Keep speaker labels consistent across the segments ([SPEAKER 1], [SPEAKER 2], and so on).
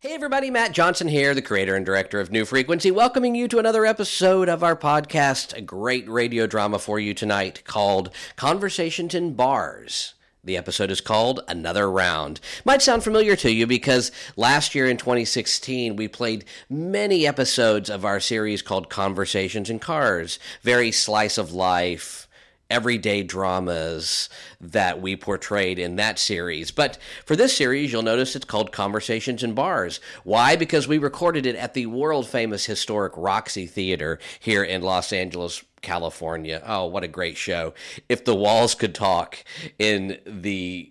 [SPEAKER 1] Hey everybody, Matt Johnson here, the creator and director of New Frequency, welcoming you to another episode of our podcast, a great radio drama for you tonight called Conversations in Bars. The episode is called Another Round. Might sound familiar to you because last year in 2016, we played many episodes of our series called Conversations in Cars, very slice of life everyday dramas that we portrayed in that series. But for this series, you'll notice it's called Conversations in Bars. Why? Because we recorded it at the world famous historic Roxy Theater here in Los Angeles. California. Oh, what a great show. If the walls could talk in the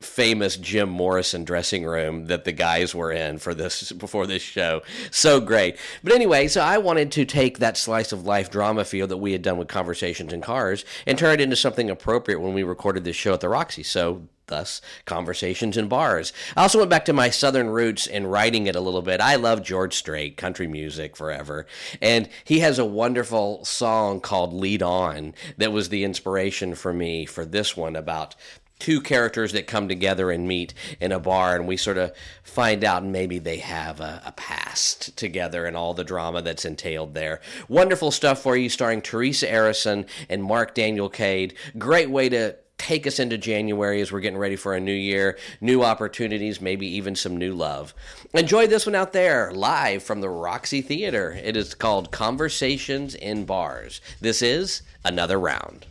[SPEAKER 1] famous Jim Morrison dressing room that the guys were in for this before this show. So great. But anyway, so I wanted to take that slice of life drama feel that we had done with Conversations in Cars and turn it into something appropriate when we recorded this show at the Roxy. So thus conversations in bars. I also went back to my southern roots in writing it a little bit. I love George Strait, country music forever, and he has a wonderful song called Lead On that was the inspiration for me for this one about two characters that come together and meet in a bar and we sort of find out maybe they have a, a past together and all the drama that's entailed there wonderful stuff for you starring teresa arison and mark daniel cade great way to take us into January as we're getting ready for a new year, new opportunities, maybe even some new love. Enjoy this one out there live from the Roxy Theater. It is called Conversations in Bars. This is another round.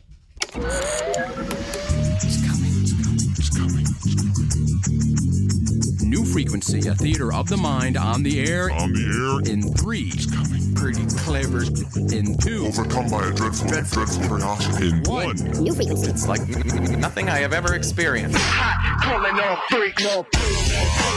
[SPEAKER 2] New Frequency, a theater of the mind on the air
[SPEAKER 3] on the air,
[SPEAKER 2] in three. Pretty clever in two.
[SPEAKER 3] overcome by a dreadful, dreadful, curiosity. In
[SPEAKER 2] One.
[SPEAKER 4] New frequencies.
[SPEAKER 5] like nothing I have ever experienced.
[SPEAKER 6] Calling all freaks.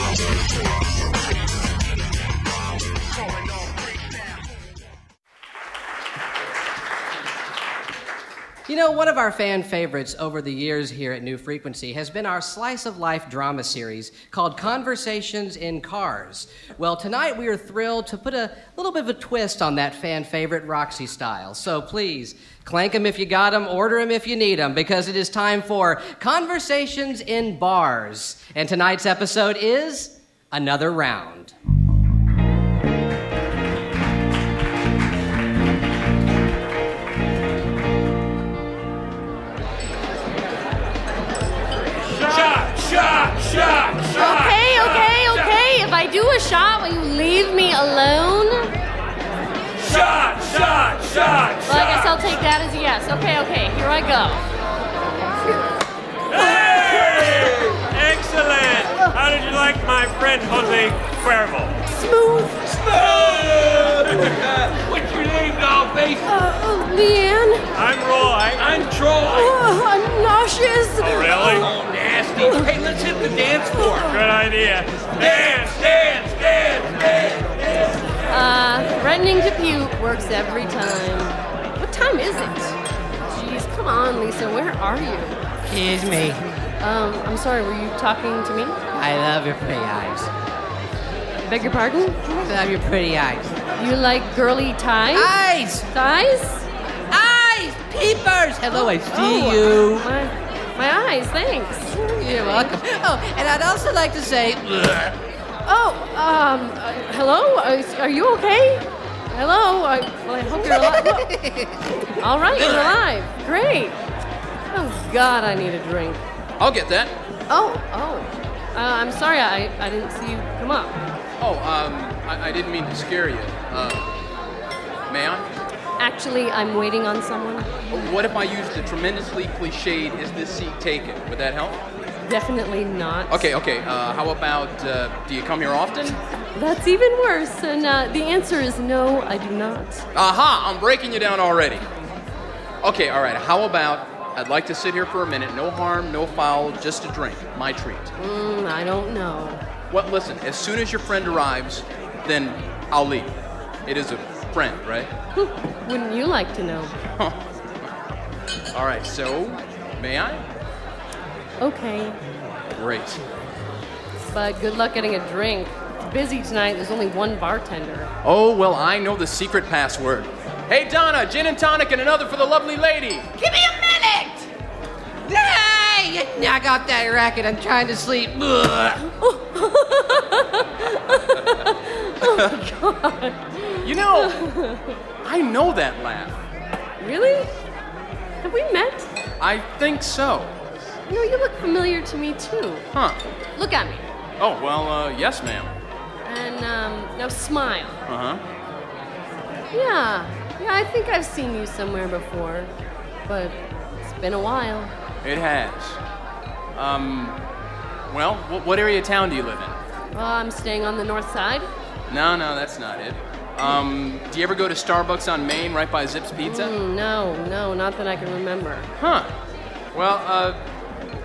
[SPEAKER 7] You know, one of our fan favorites over the years here at New Frequency has been our slice of life drama series called Conversations in Cars. Well, tonight we are thrilled to put a little bit of a twist on that fan favorite Roxy style. So please, clank 'em if you got 'em, order 'em if you need 'em, because it is time for Conversations in Bars. And tonight's episode is Another Round.
[SPEAKER 8] Okay, okay, okay. If I do a shot, will you leave me alone? Shot, shot, shot. Well, I guess I'll take that as a yes. Okay, okay, here I go.
[SPEAKER 9] Excellent! How did you like my friend Jose Cuervo?
[SPEAKER 6] What's your name, dollface?
[SPEAKER 8] Uh, oh, Leanne,
[SPEAKER 9] I'm Roy.
[SPEAKER 6] I'm Troy.
[SPEAKER 8] oh, I'm nauseous.
[SPEAKER 9] Oh, really?
[SPEAKER 6] Oh, nasty. Hey, let's hit the dance floor.
[SPEAKER 9] Good idea.
[SPEAKER 6] Dance, dance, dance, dance.
[SPEAKER 8] Uh, threatening to puke works every time. What time is it? Jeez, come on, Lisa, where are you?
[SPEAKER 7] Excuse me.
[SPEAKER 8] Um, I'm sorry, were you talking to me?
[SPEAKER 7] I love your pretty eyes.
[SPEAKER 8] Beg your pardon?
[SPEAKER 7] I love your pretty eyes.
[SPEAKER 8] You like girly ties?
[SPEAKER 7] Eyes!
[SPEAKER 8] Thighs?
[SPEAKER 7] Eyes! Peepers! Hello, I see
[SPEAKER 8] Oh, My, my eyes, thanks.
[SPEAKER 7] you. You're welcome. Oh, and I'd also like to say,
[SPEAKER 8] Oh, um, uh, hello? Are, are you okay? Hello? I, well, I hope you're alive. Well, All right, you're alive. Great. Oh, God, I need a drink.
[SPEAKER 5] I'll get that.
[SPEAKER 8] Oh, oh. Uh, I'm sorry I, I didn't see you come up.
[SPEAKER 5] Oh, um, I, I didn't mean to scare you. Uh, may I?
[SPEAKER 8] Actually, I'm waiting on someone.
[SPEAKER 5] What if I used the tremendously cliched "Is this seat taken"? Would that help?
[SPEAKER 8] Definitely not.
[SPEAKER 5] Okay, okay. Uh, how about uh, do you come here often?
[SPEAKER 8] That's even worse. And uh, the answer is no, I do not.
[SPEAKER 5] Aha! I'm breaking you down already. Okay, all right. How about I'd like to sit here for a minute. No harm, no foul, just a drink. My treat.
[SPEAKER 8] Mm, I don't know.
[SPEAKER 5] Well, listen. As soon as your friend arrives, then I'll leave. It is a friend, right?
[SPEAKER 8] Wouldn't you like to know?
[SPEAKER 5] All right, so may I?
[SPEAKER 8] Okay.
[SPEAKER 5] Great.
[SPEAKER 8] But good luck getting a drink. It's busy tonight. There's only one bartender.
[SPEAKER 5] Oh, well, I know the secret password. Hey, Donna, gin and tonic and another for the lovely lady.
[SPEAKER 7] give me a minute! Hey! you Knock off that racket. I'm trying to sleep. Ugh.
[SPEAKER 5] You know, I know that laugh.
[SPEAKER 8] Really? Have we met?
[SPEAKER 5] I think so.
[SPEAKER 8] You know, you look familiar to me too.
[SPEAKER 5] Huh.
[SPEAKER 8] Look at me.
[SPEAKER 5] Oh, well, uh, yes, ma'am.
[SPEAKER 8] And um, now smile.
[SPEAKER 5] Uh huh.
[SPEAKER 8] Yeah. Yeah, I think I've seen you somewhere before. But it's been a while.
[SPEAKER 5] It has. Um, well, wh- what area of town do you live in?
[SPEAKER 8] Well, Oh, I'm staying on the north side.
[SPEAKER 5] No, no, that's not it. Um, do you ever go to Starbucks on Main right by Zips Pizza?
[SPEAKER 8] Mm, no, no, not that I can remember.
[SPEAKER 5] Huh. Well, uh,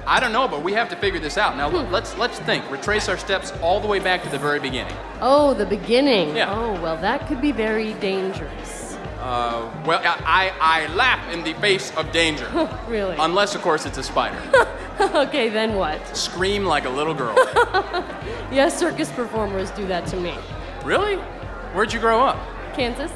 [SPEAKER 5] I don't know, but we have to figure this out. Now, let's let's think. Retrace our steps all the way back to the very beginning.
[SPEAKER 8] Oh, the beginning.
[SPEAKER 5] Yeah.
[SPEAKER 8] Oh, well, that could be very dangerous.
[SPEAKER 5] Uh, well, I, I I laugh in the face of danger.
[SPEAKER 8] Really?
[SPEAKER 5] Unless, of course, it's a spider.
[SPEAKER 8] okay, then what?
[SPEAKER 5] Scream like a little girl.
[SPEAKER 8] Yes, circus performers do that to me.
[SPEAKER 5] really? Where'd you grow up?
[SPEAKER 8] Kansas?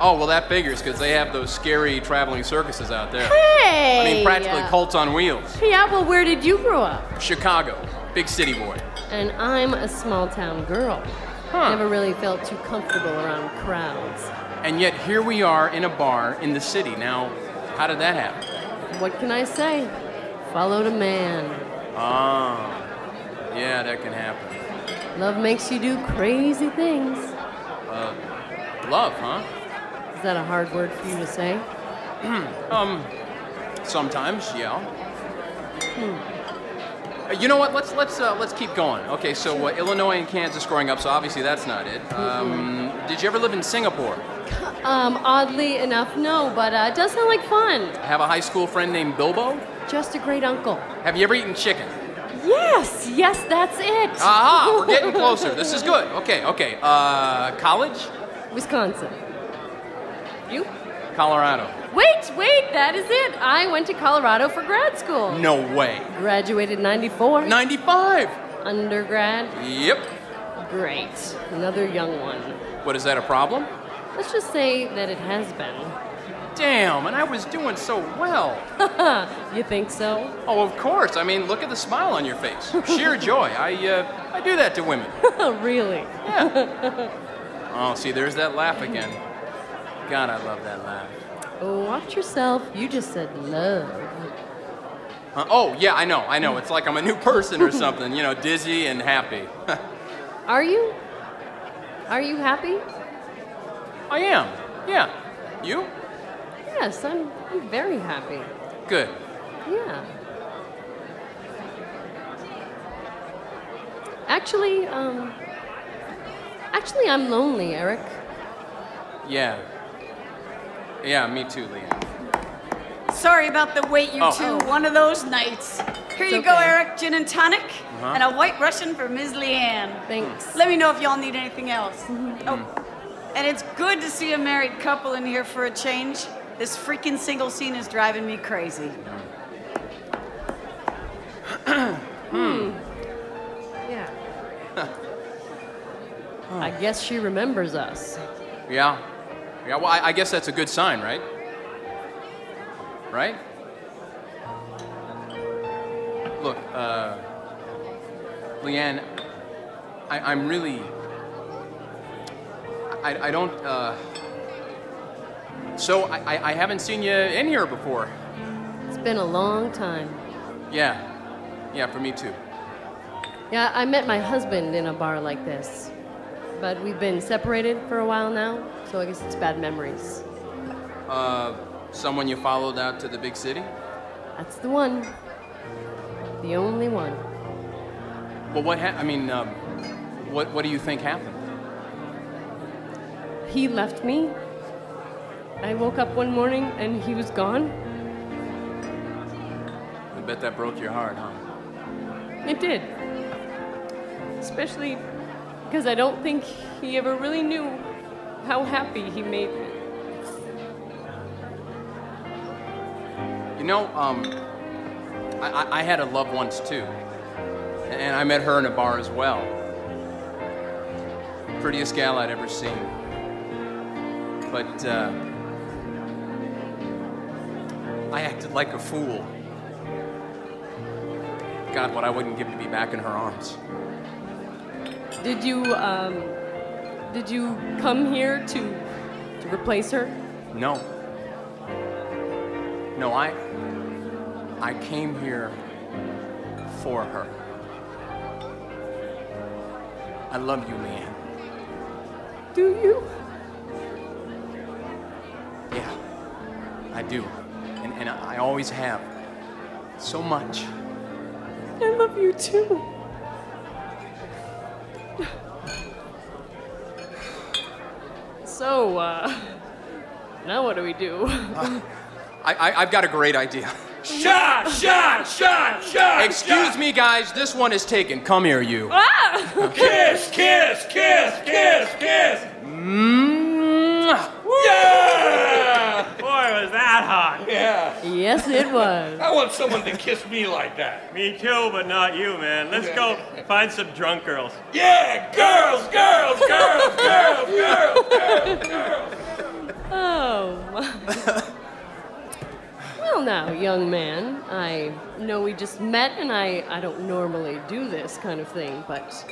[SPEAKER 5] Oh, well, that figures, because they have those scary traveling circuses out there.
[SPEAKER 8] Hey!
[SPEAKER 5] I mean, practically cults on wheels.
[SPEAKER 8] Yeah, well, where did you grow up?
[SPEAKER 5] Chicago, big city boy.
[SPEAKER 8] And I'm a small town girl. Never really felt too comfortable around crowds.
[SPEAKER 5] And yet, here we are in a bar in the city. Now, how did that happen?
[SPEAKER 8] What can I say? Followed a man.
[SPEAKER 5] Oh, yeah, that can happen.
[SPEAKER 8] Love makes you do crazy things. Is
[SPEAKER 5] Love, huh?
[SPEAKER 8] that a hard word for you to say?
[SPEAKER 5] Sometimes, yeah. Uh, You know what? Let's let's uh, let's keep going. Okay, so uh, Illinois and Kansas growing up, so obviously that's not it. Um, did you ever live in Singapore?
[SPEAKER 8] Um, oddly enough, no, but uh, it does sound like fun.
[SPEAKER 5] Have a high school friend named Bilbo?
[SPEAKER 8] Just a great uncle.
[SPEAKER 5] Have you ever eaten chicken?
[SPEAKER 8] Yes, yes, that's it.
[SPEAKER 5] Aha! We're getting closer. This is good. Okay, okay. Uh, college?
[SPEAKER 8] Wisconsin. You?
[SPEAKER 5] Colorado.
[SPEAKER 8] Wait, wait, that is it. I went to Colorado for grad school.
[SPEAKER 5] No way.
[SPEAKER 8] Graduated 94.
[SPEAKER 5] 95.
[SPEAKER 8] Undergrad.
[SPEAKER 5] Yep.
[SPEAKER 8] Great. Another young one.
[SPEAKER 5] What is that a problem?
[SPEAKER 8] Let's just say that it has been.
[SPEAKER 5] Damn, and I was doing so well.
[SPEAKER 8] You think so?
[SPEAKER 5] Oh, of course. I mean, look at the smile on your face. Sheer joy. I uh, I do that to women.
[SPEAKER 8] really?
[SPEAKER 5] Oh, see, there's that laugh again. God, I love that laugh.
[SPEAKER 8] Oh, watch yourself. You just said love.
[SPEAKER 5] Huh? Oh, yeah, I know, I know. It's like I'm a new person or something, you know, dizzy and happy.
[SPEAKER 8] Are you? Are you happy?
[SPEAKER 5] I am. Yeah. You?
[SPEAKER 8] Yes, I'm, I'm very happy.
[SPEAKER 5] Good.
[SPEAKER 8] Yeah. Actually, um. Actually, I'm lonely, Eric.
[SPEAKER 5] Yeah. Yeah, me too, Leanne.
[SPEAKER 4] Sorry about the wait, you
[SPEAKER 5] Oh.
[SPEAKER 4] two. One of those nights. Here you go,
[SPEAKER 8] okay.
[SPEAKER 4] Eric. Gin and tonic,
[SPEAKER 7] Uh-huh.
[SPEAKER 4] and a white Russian for Ms. Leanne.
[SPEAKER 8] Thanks.
[SPEAKER 4] Let me know if y'all need anything else.
[SPEAKER 7] Mm-hmm.
[SPEAKER 4] Oh, and it's good to see a married couple in here for a change. This freaking single scene is driving me crazy.
[SPEAKER 8] Yeah. I guess she remembers us.
[SPEAKER 5] Yeah. Yeah, well, I, I guess that's a good sign, right? Right? Look, uh, Leanne, I, I'm really. I, I don't. Uh, so, I, I- I haven't seen you in here before.
[SPEAKER 8] It's been a long time.
[SPEAKER 5] Yeah. Yeah, for me too.
[SPEAKER 8] Yeah, I met my husband in a bar like this. But we've been separated for a while now, so I guess it's bad memories.
[SPEAKER 5] Uh, someone you followed out to the big city?
[SPEAKER 8] That's the one. The only one.
[SPEAKER 5] Well, what ha- I mean, um, what, what do you think happened?
[SPEAKER 8] He left me. I woke up one morning and he was gone.
[SPEAKER 5] I bet that broke your heart, huh?
[SPEAKER 8] It did. Especially because I don't think he ever really knew how happy he made me.
[SPEAKER 5] You know, um, I, I- I had a love once too, and I met her in a bar as well. Prettiest gal I'd ever seen. But uh, I acted like a fool. God, what I wouldn't give to be back in her arms.
[SPEAKER 8] Did you um, Did you come here to, to replace her?
[SPEAKER 5] No. No, I I came here for her. I love you, Leanne.
[SPEAKER 8] Do you?
[SPEAKER 5] Yeah, I do. And, and I always have. So much.
[SPEAKER 8] I love you too. So, uh, now what do we do?
[SPEAKER 5] I, I, I've got a great idea.
[SPEAKER 6] Shot, shot, shot, shot.
[SPEAKER 5] Excuse me, guys. This one is taken. Come here, you.
[SPEAKER 6] Kiss, kiss, kiss, kiss, kiss.
[SPEAKER 5] Mwah.
[SPEAKER 6] Yeah!
[SPEAKER 9] Boy, was that hot.
[SPEAKER 6] Yeah.
[SPEAKER 8] yes, it was.
[SPEAKER 6] I want someone to kiss me like that.
[SPEAKER 9] Me too, but not you, man. Let's go find some drunk girls.
[SPEAKER 6] Yeah, girls, girls, girls, girls, girls.
[SPEAKER 8] Oh. my. well, now, young man, I know we just met and I, I don't normally do this kind of thing, but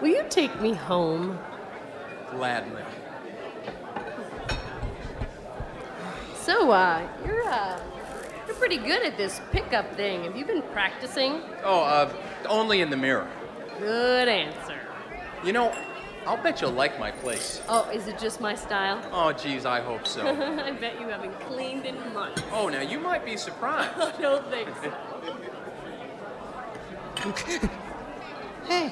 [SPEAKER 8] will you take me home?
[SPEAKER 5] Gladly.
[SPEAKER 8] So, uh, you're, uh, you're pretty good at this pickup thing. Have you been practicing?
[SPEAKER 5] Oh, uh, only in the mirror.
[SPEAKER 8] Good answer.
[SPEAKER 5] You know, I'll bet you'll like my place.
[SPEAKER 8] Oh, is it just my style?
[SPEAKER 5] Oh, geez, I hope so.
[SPEAKER 8] I bet you haven't cleaned in months.
[SPEAKER 5] Oh, now you might be surprised.
[SPEAKER 8] I don't think so.
[SPEAKER 7] Hey,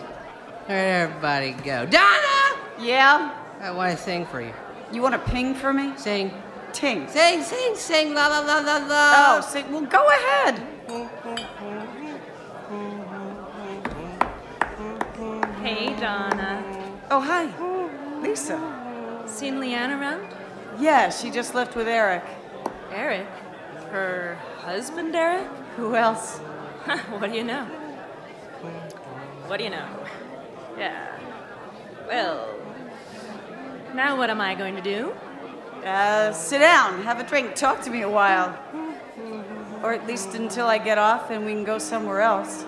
[SPEAKER 7] where'd everybody go? Donna!
[SPEAKER 4] Yeah?
[SPEAKER 7] I want to sing for you.
[SPEAKER 4] You want to ping for me?
[SPEAKER 7] Sing,
[SPEAKER 4] Ting.
[SPEAKER 7] sing, sing, sing, la la la la la.
[SPEAKER 4] Oh, say, well, go ahead.
[SPEAKER 10] Hey, Donna.
[SPEAKER 4] Oh, hi. Lisa.
[SPEAKER 10] Seen Leanne around?
[SPEAKER 4] Yeah, she just left with Eric.
[SPEAKER 10] Eric? Her husband, Eric?
[SPEAKER 4] Who else?
[SPEAKER 10] what do you know? What do you know? Yeah. Well, now what am I going to do?
[SPEAKER 4] Uh, sit down, have a drink, talk to me a while. Or at least until I get off and we can go somewhere else.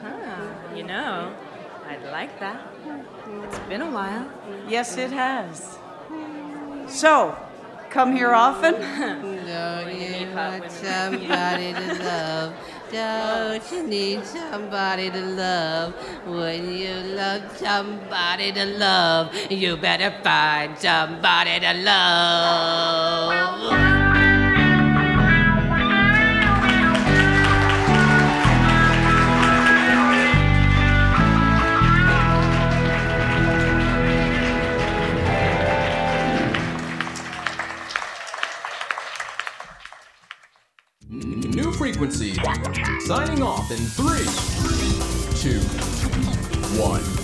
[SPEAKER 10] Huh, you know, I'd like that. It's been a while.
[SPEAKER 4] Yes, it has. So, come here often?
[SPEAKER 7] Don't you
[SPEAKER 10] need hot
[SPEAKER 7] want
[SPEAKER 10] women.
[SPEAKER 7] somebody to love? Don't you need somebody to love? When you love somebody to love, you better find somebody to love.
[SPEAKER 2] New frequency. Signing off in three, two, one.